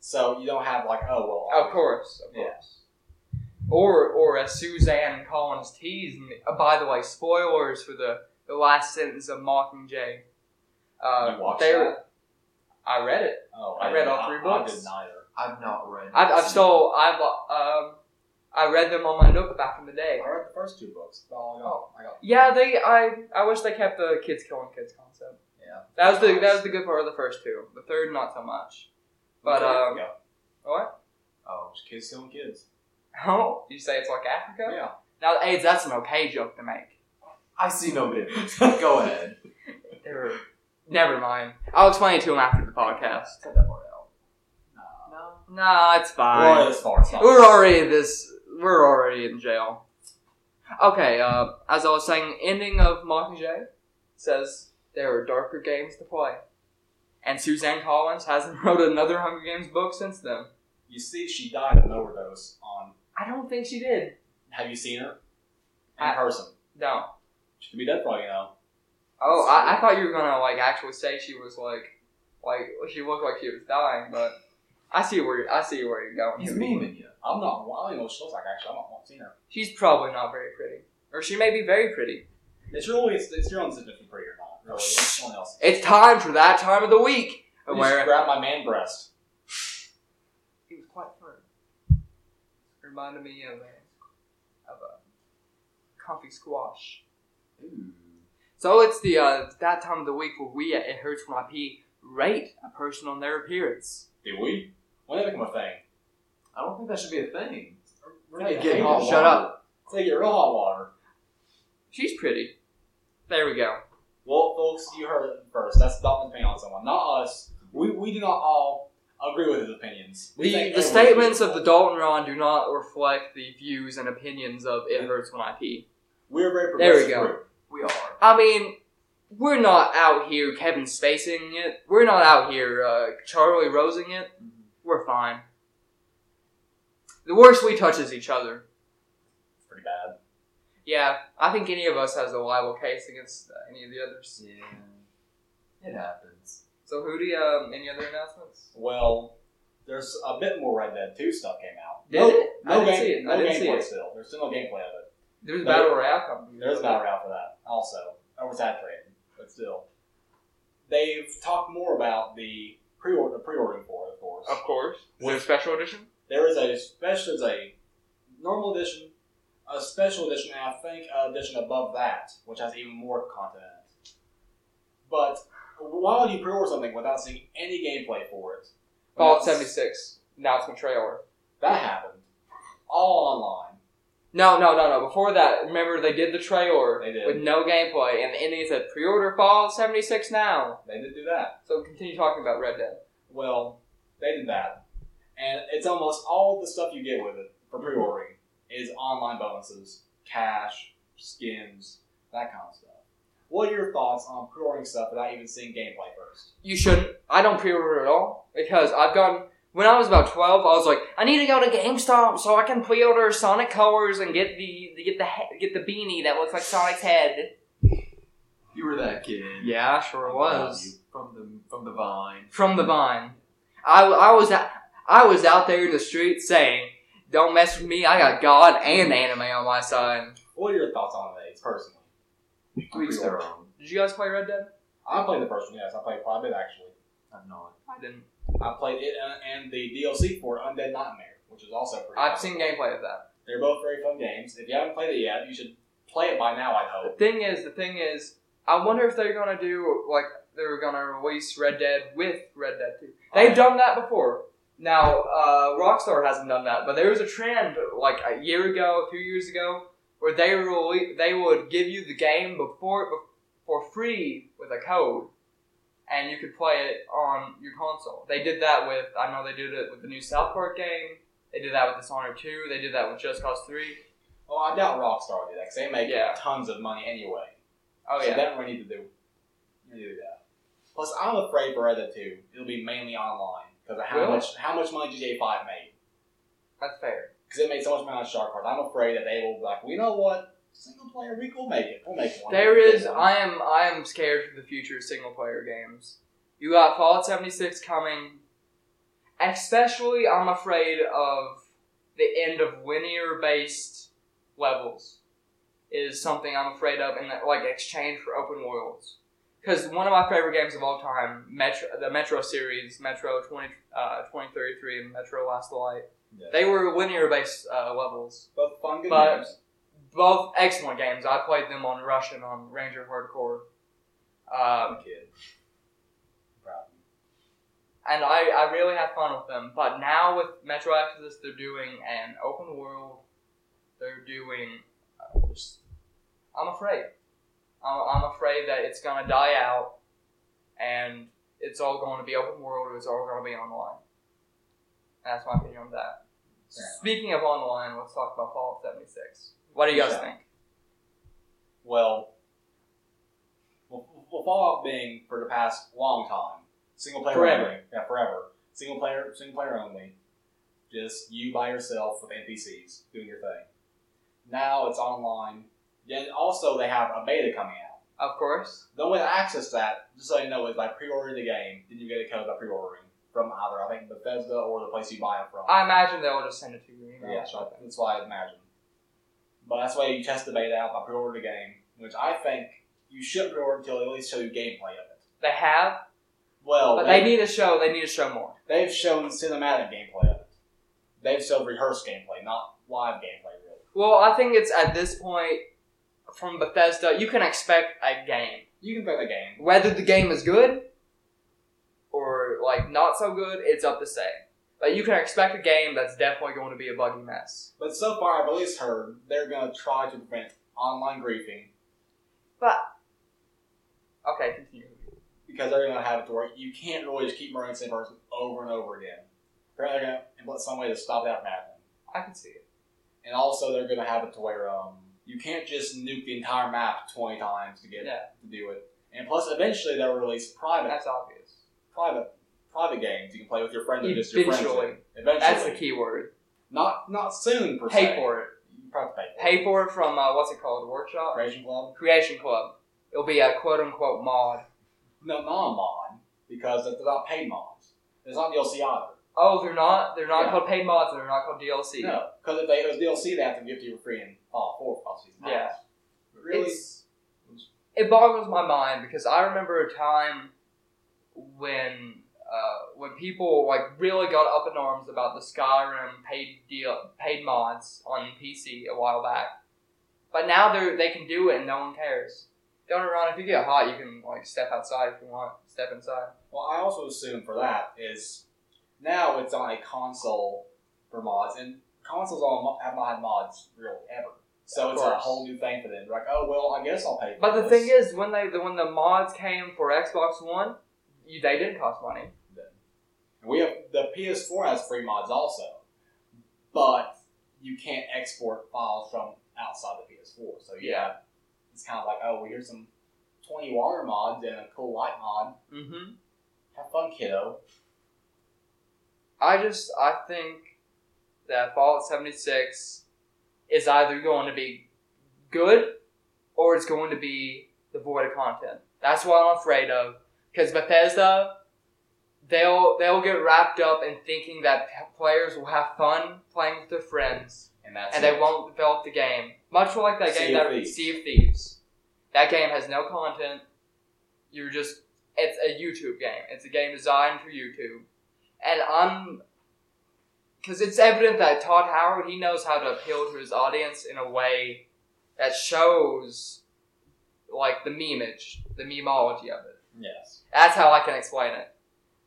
so you don't have like oh well. Of course, of Yeah. course. Or or as Suzanne and Collins teased me. uh, by the way, spoilers for the, the last sentence of Mockingjay. Uh, You watched they- that? I read it. Oh, I read all did- three I- books. I did neither. I've not read. I've, I've this. still I've um I read them on my notebook back in the day. I read the first two books. That's all I got. Oh, I got Yeah, they. I I wish they kept the kids killing kids concept. Yeah. That was the that was the good part of the first two. The third, not so much. But um, Yeah. what? oh, it's kids killing kids. Oh, you say it's like Africa? Yeah. Now, AIDS. That's an okay joke to make. I see no difference. Go ahead. Never, never mind. I'll explain it to him after the podcast. Cut that part out. No. Nah, it's fine. Well, it's far. It's not- We're already this. We're already in jail. Okay. Uh, as I was saying, ending of Mockingjay says there are darker games to play, and Suzanne Collins hasn't wrote another Hunger Games book since then. You see, she died of an overdose on. I don't think she did. Have you seen her in I- person? No. She could be dead for all you know. Oh, I, I thought you were gonna like actually say she was like, like she looked like she was dying, but I see where I see where you're going. He's Hootie. memeing you. I'm not. I don't even know what she looks like. Actually, I'm not I've seen her. She's probably not very pretty, or she may be very pretty. It's really it's, it's your own decision if you're pretty or not. Really, it's someone else. It's time for that time of the week You where just grab my man breast. He was quite firm. Reminded me of a, of a comfy squash. Ooh. So it's the uh, that time of the week where we at It Hurts When I Pee rate a person on their appearance. Did we? When did that become a thing? I don't think that should be a thing. We're Hey, gonna get hate hot it. Shut up. It's like your real hot water. She's pretty. There we go. Well, folks, you heard it first. That's Dalton's opinion on someone, not us. We, we do not all agree with his opinions. We The, think the everyone is statements of beautiful. the Dalton Ron do not reflect the views and opinions of It Hurts When I Pee. We're a very There we progressive go. group. We are. I mean, we're not out here Kevin Spacing it. We're not out here uh, Charlie Rosing it. We're fine. The worst we touch is each other. It's pretty bad. Yeah, I think any of us has a liable case against uh, any of the others. Yeah. It happens. So, Hootie, um, any other announcements? Well, there's a bit more Red Dead 2 stuff came out. Did no, it? I No didn't game, see it. No I didn't see gameplay it. still. There's still no gameplay of it. There's a No. battle royale coming. There's not route for that. Also, oversaturated, but still, they've talked more about the pre-order, the pre-ordering for it, of course. Of course. Is What- there a special edition? There is a special, there's a normal edition, a special edition, and I think an edition above that, which has even more content. in it. But why would you pre-order something without seeing any gameplay for it? Fallout That's- 76 announcement trailer. That happened all online. No, no, no, no. Before that, remember they did the trailer They did. with no gameplay, and the ending said pre-order Fallout 76 now. They did do that. So continue talking about Red Dead. Well, they did that. And it's almost all the stuff you get with it for pre ordering is online bonuses, cash, skins, that kind of stuff. What are your thoughts on pre ordering stuff without even seeing gameplay first? You shouldn't. I don't pre-order at all because I've gotten. When I was about 12, I was like, I need to go to GameStop so I can pre-order Sonic Colors and get the get the he- get the beanie that looks like Sonic's head. You were that kid. Yeah, I sure You From the from the vine. from the vine. I, I was out, I was out there in the street saying, "Don't mess with me. I got God and anime on my side." What are your thoughts on these personally? To each their own. Did you guys play Red Dead? I played the first one, yes. I played quite a bit, actually. I'm not. I didn't. I played it uh, and the DLC for Undead Nightmare, which is also pretty I've fun. seen gameplay of that. They're both very fun games. If you haven't played it yet, you should play it by now, I The hope. thing is, the thing is, I wonder if they're gonna do like they're gonna release Red Dead with Red Dead Two. They've done that before. Now, uh, Rockstar hasn't done that, but there was a trend like a year ago, two years ago, where they rele- they would give you the game before for free with a code, and you could play it on your console. They did that with I know they did it with the new South Park game. They did that with Dishonored Two. They did that with Just Cause Three. Well, Oh, I doubt Rockstar did that because they make Yeah. tons of money anyway. Oh so yeah, that we need to do. We need to do that. Plus, I'm afraid for Red Dead 2, it'll be mainly online because of how Really? much how much money GTA 5 made. that's fair. Because it made so much money on Shark Cards. I'm afraid that they will be like, we know what single player we will make it. We'll make one. There We'll is. make one." I am. I am scared for the future of single player games. You got Fallout seventy six coming. Especially, I'm afraid of the end of linear based levels. Is something I'm afraid of, in that, like exchange for open worlds. Because one of my favorite games of all time, Metro, the Metro series, Metro 20, uh, 2033 and Metro Last Light, Yeah. they were linear based uh, levels both fun good but- games. both excellent games. I played them on Russian on Ranger Hardcore, I'm um, a kid. Proud of you. and I, I really had fun with them. But now with Metro Exodus, they're doing an open world. They're doing. uh, just- I'm afraid. I'm, I'm afraid that it's gonna die out, and it's all going to be open world. It's all going to be online. That's my opinion on that. Fair enough. Speaking of online, let's talk about Fallout 76. What do you guys Yeah. think? Well, well, well, Fallout being for the past long time single player Forever. only, yeah, forever single player, single player only, just you by yourself with NPCs doing your thing. Now it's online. Then also they have a beta coming out. Of course. The only way to access that, just so you know, is by pre-ordering the game. Then you get a code by pre-ordering from either I think Bethesda or the place you buy it from. I imagine they'll just send it to you. Yeah, so that's why I imagine. But that's why you test the beta out by pre-order the game, which I think you should pre-order until they at least show you gameplay of it. They have, Well, but they they, need to show. They need to show more. have shown cinematic gameplay of it. They've shown rehearsed gameplay, not live gameplay, really. Well, I think it's at this point. from Bethesda, you can expect a game. You can play the game. Whether the game is good or like not so good, it's up to say. But you can expect a game that's definitely going to be a buggy mess. But so far, I've at least heard they're going to try to prevent online griefing Okay, continue. because they're going to have it to work. You can't really just keep murdering the same person over and over again. Apparently, they're going to implement some way to stop that from happening. I can see it. And also, they're going to have it to where um, you can't just nuke the entire map 20 times to get Yeah. to do it. And plus, eventually, they'll release private That's obvious. private private games you can play with your friends or just your friends. Eventually. Eventually, That's the key word. Not not soon per Pay se. for it. You probably pay for Pay for it from uh, what's it called? Workshop Creation Club. Creation Club. It'll be a quote unquote mod. No, non mod because they're not paid mods. It's not DLC either. Oh, they're not. They're not Yeah. called paid mods. They're not called DLC. No, because if they it was DLC, they have to give to uh, you for free in Fallout 4 Fall Season. Yeah. Pass. But Really? It's- it boggles my mind because I remember a time when uh, when people like really got up in arms about the Skyrim paid deal paid mods on PC a while back, but now they are they can do it and no one cares. Don't get me wrong. If you get hot, you can like step outside if you want. Step inside. Well, I also assume for that is now it's on a console for mods, and consoles all mo- have not had mods really ever. So Of it's a course. whole new thing for them. They're like, oh well, I guess I'll pay. For But the this. thing is, when they when the mods came for Xbox One, you, they didn't cost money. we have the PS4 has free mods also, but you can't export files from outside the PS4. So yeah, it's kind of like, oh, well, here's some twenty water mods and a cool light mod. Mm-hmm. Have fun, kiddo. I just I think that Fallout 76 is either going to be good or it's going to be devoid of content. That's what I'm afraid of because Bethesda they'll they'll get wrapped up in thinking that p- players will have fun playing with their friends And that's and it. they won't develop the game. Much like that Sea game of that Thieves. Sea of Thieves. That game has no content. You're just it's a YouTube game. It's a game designed for YouTube. And I'm because it's evident that Todd Howard he knows how to appeal to his audience in a way that shows like the memeage, the memeology of it. Yes. That's how I can explain it.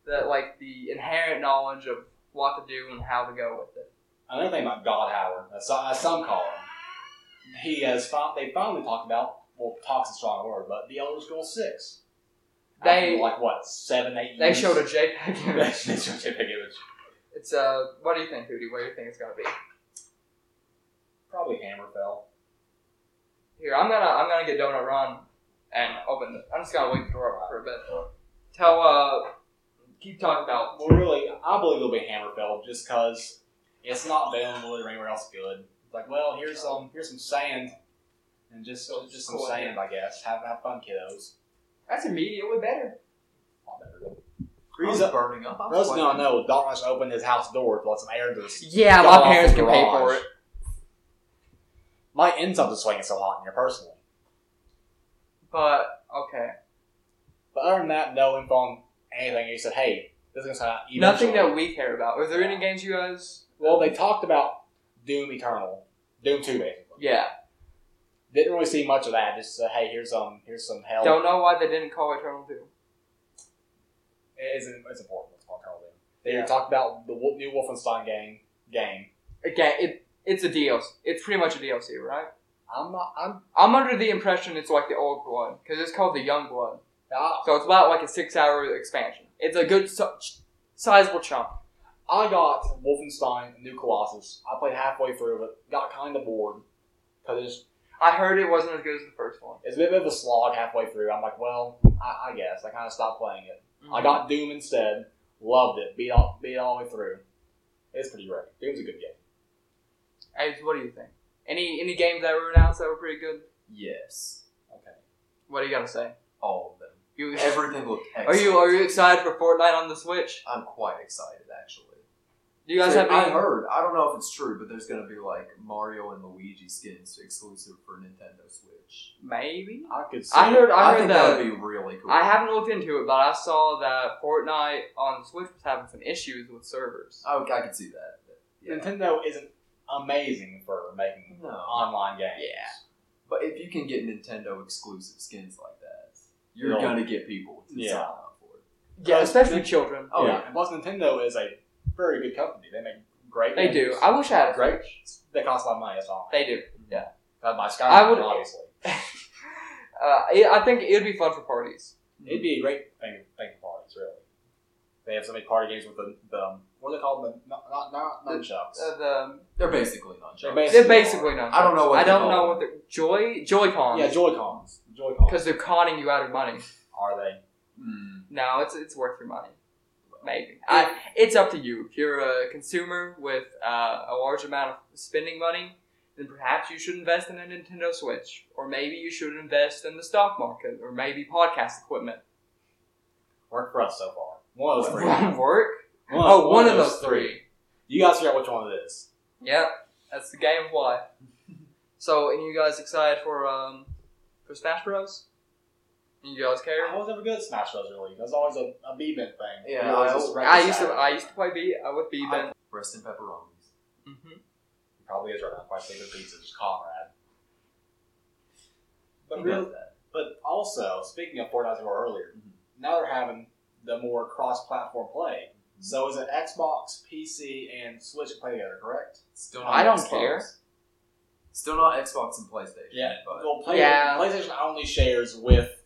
That like the inherent knowledge of what to do and how to go with it. Another thing about God Howard, as some, as some call him, he has fin- they finally talked about well, talks a strong word, but the Elder Scrolls Six. After, They- like what seven, eight. They years? showed a JPEG they image. showed a big image. It's uh, what do you think, Hootie? Where do you think it's gonna be? Probably Hammerfell. Here, I'm gonna I'm gonna get Donut Run and open. The, I'm just gonna wait for for a bit. Tell uh, keep talking about. Well, really, I believe it'll be Hammerfell just because it's not available really anywhere else good. It's like, well, here's some here's some sand, and just just some Cool. sand, I guess. Have have fun, kiddos. That's immediately better. A lot better. I was Rose- burning up. I was Rose, no, like- no. Darkness opened his house door to let some air just Yeah, Got off my parents the can pay for garage. it. My insides are swinging so hot in here personally. But okay, But other than that, no info on anything. You said, hey, this is going to sound nothing eventually. that we care about. Are there any games you guys? Well, they talked about Doom Eternal. Doom 2, basically. Yeah, Didn't really see much of that. Just said, hey, here's um, here's some help. don't know why they didn't call Eternal Two. It's, it's important. It's called Eternal Doom. They Yeah. talked about the wo- new Wolfenstein game. game. Again, it it's a DLC. It's pretty much a DLC, right? I'm not. I'm. I'm under the impression it's like the old blood because it's called the young blood. I, So it's about like a six-hour expansion. It's a good si- sizable chunk. I got Wolfenstein New Colossus. I played halfway through it. Got kind of bored because it's I heard it wasn't as good as the first one. It's a bit of a slog halfway through. I'm like, well, I, I guess I kind of stopped playing it. I got Doom instead. Loved it. Beat all beat all the way through. It's pretty great. Doom's a good game. Hey, what do you think? Any any games that were announced that were pretty good? Yes. Okay. What do you gotta say? All of them. You Everything looked are excellent. you are you excited for Fortnite on the Switch? I'm quite excited, actually. Do you guys have I any? heard. I don't know if it's true, but there's going to be like Mario and Luigi skins exclusive for Nintendo Switch. Maybe. I could. See I heard. I heard think that. would be really cool. I haven't looked into it, but I saw that Fortnite on the Switch was having some issues with servers. I, would- I could see that. but, yeah. Nintendo isn't amazing for making No. online games. Yeah. But if you can get Nintendo exclusive skins like that, you're Yeah. gonna get people to Yeah. sign up for it. Yeah, Uh, especially Nin- children. Oh, And plus, Nintendo is a very good company. They make great. They do. I wish I had a Great. They cost a lot of money. That's all. They do. That's my Skyrim, I would- obviously. Uh, it, I think it would be fun for parties. It'd be a great thing, thing for parties, really. They have so many party games with the, the um, what are they called? The not not, not The- nunchucks. Uh, the, They're basically They're non-jokes. they're basically, basically not. I don't know what I they're don't know called. what they're joy joy cons. yeah, Joy Cons. Joy Cons. because they're conning you out of money. Are they? Hmm. No, it's it's worth your money. Maybe I, it's up to you. If you're a consumer with uh, a large amount of spending money, then perhaps you should invest in a Nintendo Switch, or maybe you should invest in the stock market, or maybe podcast equipment. Work for us so far. One of those three. Won't work. One Oh, one of those three. You guys figure out which one it is. Yep, that's the game of life. so, and you guys excited for um for Smash Bros? You guys care? I was never good at Smash Bros. Really. That was always a, a B-Bit thing. Yeah, You always I- just I used to reconcile. I used to play B uh, with B Ben. Breast and pepperonis. hmm Probably is right now. My favorite pizza is Conrad. But He real, does that. But also, speaking of Fortnite as we were earlier, Mhm. Mm-hmm. now they're having the more cross-platform play. Mm-hmm. Mhm. So is it Xbox, PC, and Switch play together? Correct. Still I don't Xbox. care. Still not Xbox and PlayStation. but Well, play, Yeah. PlayStation only shares with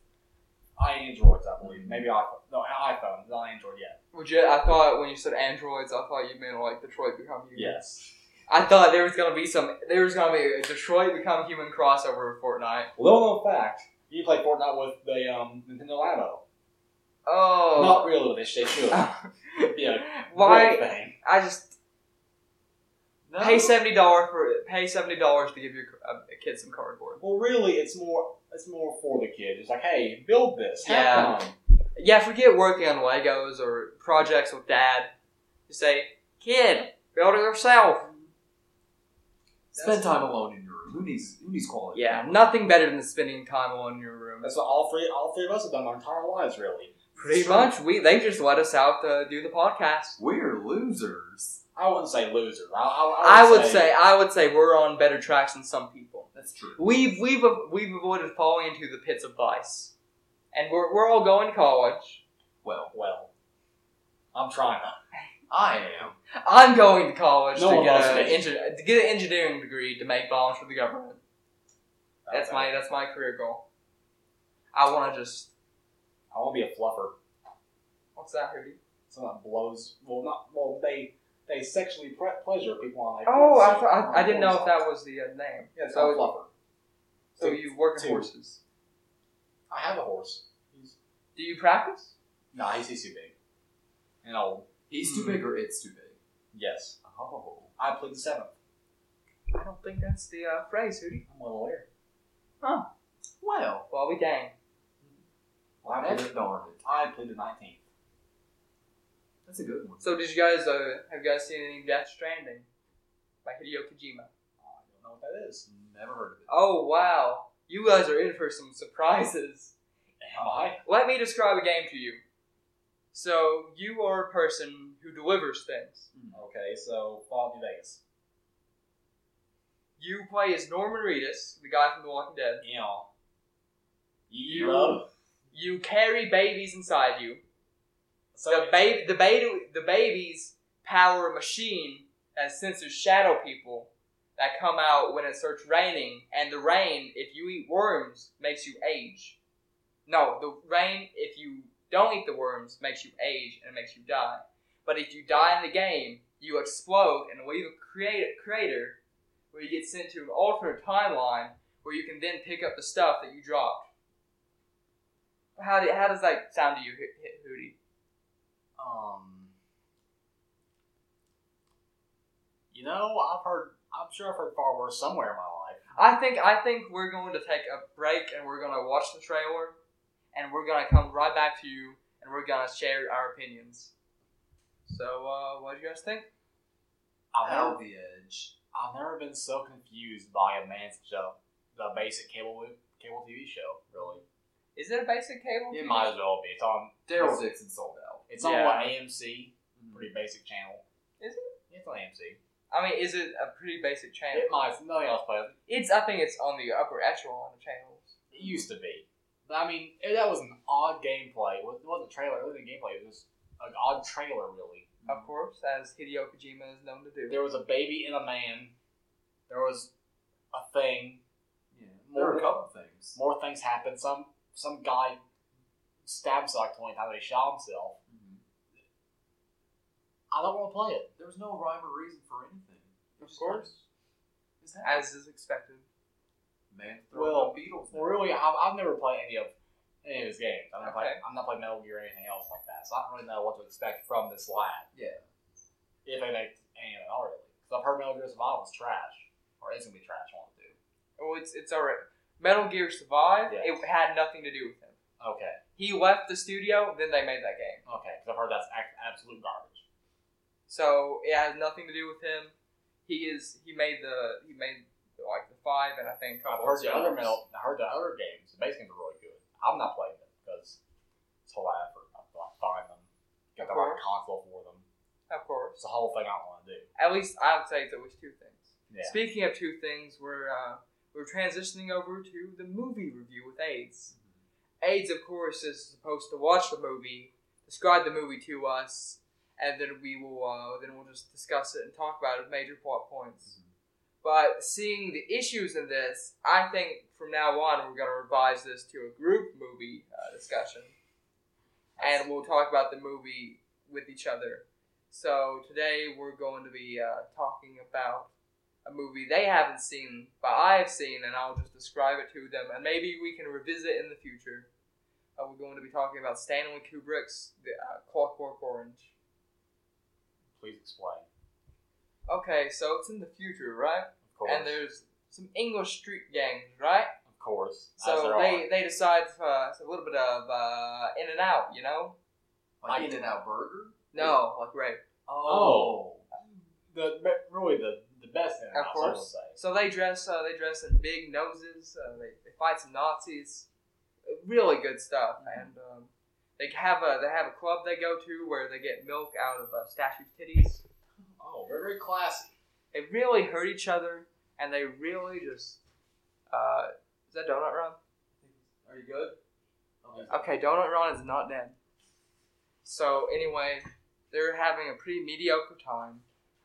Androids, I Mm-hmm. believe. Maybe iPhone. No, iPhone. Not Android yet. Legit, I thought when you said androids, I thought you meant like Detroit Become Human. Yes. I thought there was gonna be some, there was gonna be a Detroit Become Human crossover with Fortnite. Little known fact: you play Fortnite with the um, Nintendo Labo. Not Oh, real ish. They should. yeah. real why? Thing. I just no. pay seventy dollars for pay seventy dollars to give your a, a kid some cardboard. Well, really, it's more. It's more for the kids. It's like, hey, build this. Have Yeah. fun. Yeah, forget working on Legos or projects with dad. Just say, kid, build it yourself. spend time alone in your room. Who needs who needs quality? Yeah, time? nothing better than spending time alone in your room. That's what all three all three of us have done our entire lives, really. Pretty much, we they just let us out to do the podcast. We're losers. I wouldn't say loser. I, I, I would say I would say we're on better tracks than some people. That's true. We've we've av- we've avoided falling into the pits of vice, and we're we're all going to college. Well, well. I'm trying to. I am. I'm going to college No to one get loves a me. engi- to get an engineering degree to make bombs for the government. That's my that's my career goal. I want to just I want to be a fluffer. what's that, Rudy? Someone that blows. Well, not well. They they sexually pre- pleasure people on. their Oh, I horses, thought, on I, I their didn't know if horses. that was the uh, name. Yeah, it's so- a fluffer. So you work in Two. horses? I have a horse. He's, Do you practice? nah, he's, E he's too big. And old. He's too Hmm. big or it's too big. Yes, Oh. I plead the seventh. I don't think that's the uh, phrase, Hootie. I'm well aware. Well, Well, we dang. I that's plead, darn it. I plead the nineteenth. That's a good one. So did you guys uh, have you guys seen any Death Stranding by Hideo Kojima? I don't know what that is. Never heard of it. Oh wow, you guys are in for some surprises. Am I? Let me describe a game to you. So you are a person who delivers things. Okay, so Fallout New Vegas. You play as Norman Reedus, the guy from The Walking Dead. You know. You- You carry babies inside you. So The baby, the baby, the babies power a machine that senses shadow people that come out when it starts raining, and the rain, if you eat worms, makes you age. No, the rain, if you don't eat the worms, makes you age and it makes you die. But if you die in the game, you explode and leave a create, crater where you get sent to an alternate timeline where you can then pick up the stuff that you dropped. How, do, how does that sound to you, Ho- Ho- Hootie? um, you know, I've heard. I'm sure I've heard far worse somewhere in my life. I think I think we're going to take a break and we're going to watch the trailer and we're going to come right back to you and we're going to share our opinions. So, uh, what do you guys think? I've never, Out the edge. I've never been so confused by a man's show, the basic cable cable TV show. Really, Is it a basic cable? it TV? might as well be. It's on. Daryl Dixon sold out. It's on Yeah. Mm-hmm. what AMC, pretty basic channel. Is it? It's on AMC. I mean, is it a pretty basic channel? It might. Nothing else, but It's. I think it's on the upper echelon of channels. it used to be. But, I mean, eh, that was an odd gameplay. It wa- it wasn't a trailer. It wasn't a gameplay. It was just an odd trailer, really. Of course, as Hideo Kojima is known to do. There was a baby and a man. There was a thing. Yeah. There were a couple things. More things happened. Some some guy stabbed himself like twenty times. and He shot himself. I don't want to play it. Mm-hmm. There was no rhyme or reason for anything. It Of was just course. like, this happened. As is expected. man throwing up Well, Beatles. Well, really, I've, I've never played any of any of his games. I'm not, Okay. playing, I'm not playing Metal Gear or anything else like that, so I don't really know what to expect from this lab. Yeah. If they make any of it already. Because I've heard Metal Gear Survival was trash. Or it's going to be trash, I want to do. Well, Oh, it's it's alright. Metal Gear Survive. It Yes. had nothing to do with him. Okay, He left the studio. Then they made that game. okay. Because I've heard that's ac- absolute garbage. So it has nothing to do with him. He is he made the he made like the five and I think a I've couple heard the other others. metal, I heard the other games, the base games are really good. I'm not playing them because it's a whole lot of effort. I have to like, find them, get the Of right course. console for them. Of course. It's a whole thing I don't want to do. At least I would say it's at least two things. Yeah. Speaking of two things, we're uh, we're transitioning over to the movie review with AIDS. AIDS, of course, is supposed to watch the movie, describe the movie to us, and then we will uh, then we'll just discuss it and talk about it, major plot points. But seeing the issues in this, I think from now on we're going to revise this to a group movie uh, discussion, and we'll talk about the movie with each other. So today we're going to be uh, talking about a movie they haven't seen, but I have seen, and I'll just describe it to them, and maybe we can revisit in the future. Uh, we're going to be talking about Stanley Kubrick's The uh, Clockwork Orange. Please explain. Okay, so it's in the future, right? Of course. And there's some English street gangs, right? of course. as So there they are. they decide uh, it's a little bit of uh, in and out, you know? Like I- In and Out Burger. No, like rape. Oh. the but really the the best in Of I will course. say. So they dress uh, they dress in big noses. Uh, they, they fight some Nazis. Really good stuff. And um, they have a they have a club they go to where they get milk out of uh, statues' titties. Oh, very very classy. They really hurt each other, and they really just. Uh, is that Donut Run? Are you good? Okay. Okay, Donut Ron is not dead. So anyway, they're having a pretty mediocre time,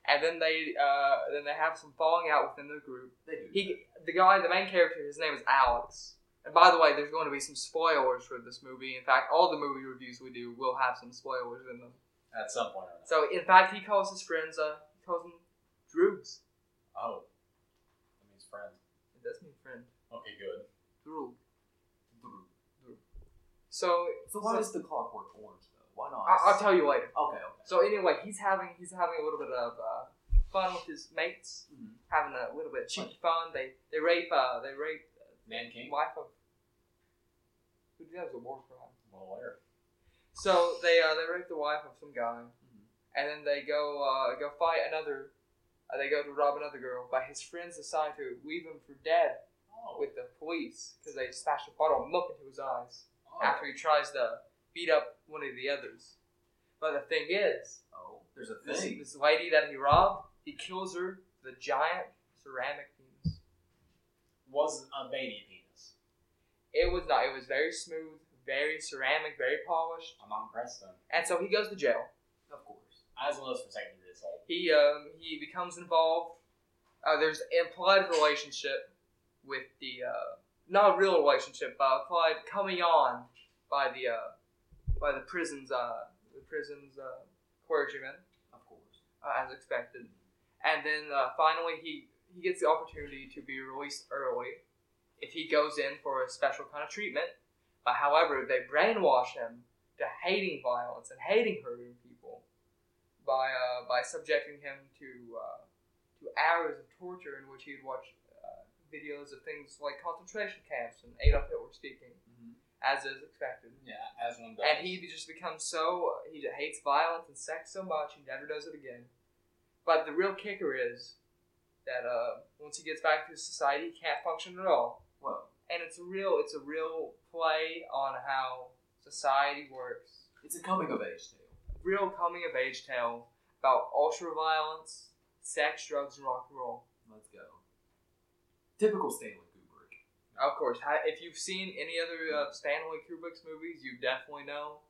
and then they uh, then they have some falling out within their group. They do. He, the guy, the main character, his name is Alex. And by the way, there's going to be some spoilers for this movie. In fact, all the movie reviews we do will have some spoilers in them. At some point or another. So in fact, he calls his friends uh, he calls them droogs. Oh. That means friend. It does mean friend. Okay, good. Droog. So So why is the clockwork orange though? Why not? I, I'll tell you later. Okay. Okay. So anyway, he's having he's having a little bit of uh, fun with his mates, Mhm. having a little bit of cheeky fun. They they rape uh, they rape the Nanking. wife of who did that was a war crime. Well, where? So they uh, they rape the wife of some guy, and then they go uh, go fight another. Uh, they go to rob another girl, but his friends decide to leave him for dead Oh. with the police because they smash a bottle of milk into his eyes oh. after he tries to beat up one of the others. But the thing is, Oh, there's a this, thing. this lady that he robbed, he kills her with a giant ceramic penis. was a baby penis. It was not. It was very smooth, very ceramic, very polished. I'm not impressed then. And so he goes to jail. Of course. I was one of those for secondary assault. He um, he becomes involved. Uh, there's implied relationship with the uh, not a real relationship, but implied coming on by the uh, by the prison's uh, the prison's uh, clergyman. Of course. uh, as expected. And then uh, finally, he, he gets the opportunity to be released early if he goes in for a special kind of treatment. But however, they brainwash him to hating violence and hating hurting people by uh, by subjecting him to uh, to hours of torture in which he would watch uh, videos of things like concentration camps and Adolf Hitler speaking, Mhm. as is expected. Yeah, as one does. And he just becomes so he hates violence and sex so much he never does it again. But the real kicker is that uh, once he gets back to society, he can't function at all. Well, And it's a real it's a real play on how society works. it's a coming of age tale. Real coming of age tale about ultra violence, Sex, drugs, and rock and roll. Let's go. Typical Stanley Kubrick. Of course, hi- if you've seen any other uh, Stanley Kubrick's movies, you definitely know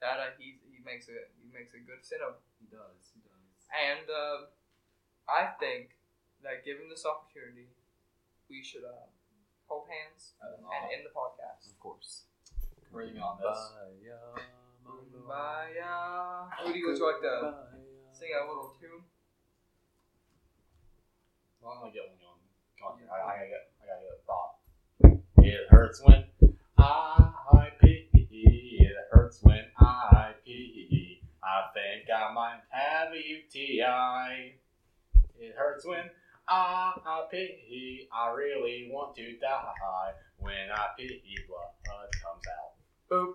that uh, he he makes a he makes a good cinema. He does. He does. And uh, I think that given this opportunity, we should uh, hold hands and end the podcast. Of course. Bring on this. Kumbaya, Mongol. Kumbaya. Who do you guys like to Kumbaya. sing a little tune? Well, I'm gonna get one going. Come on, I, I gotta get, I gotta get a thought. It hurts when I pee. It hurts when I pee. I think I might have a UTI. It hurts when I pee. I really want to die. When I pee, blood comes out.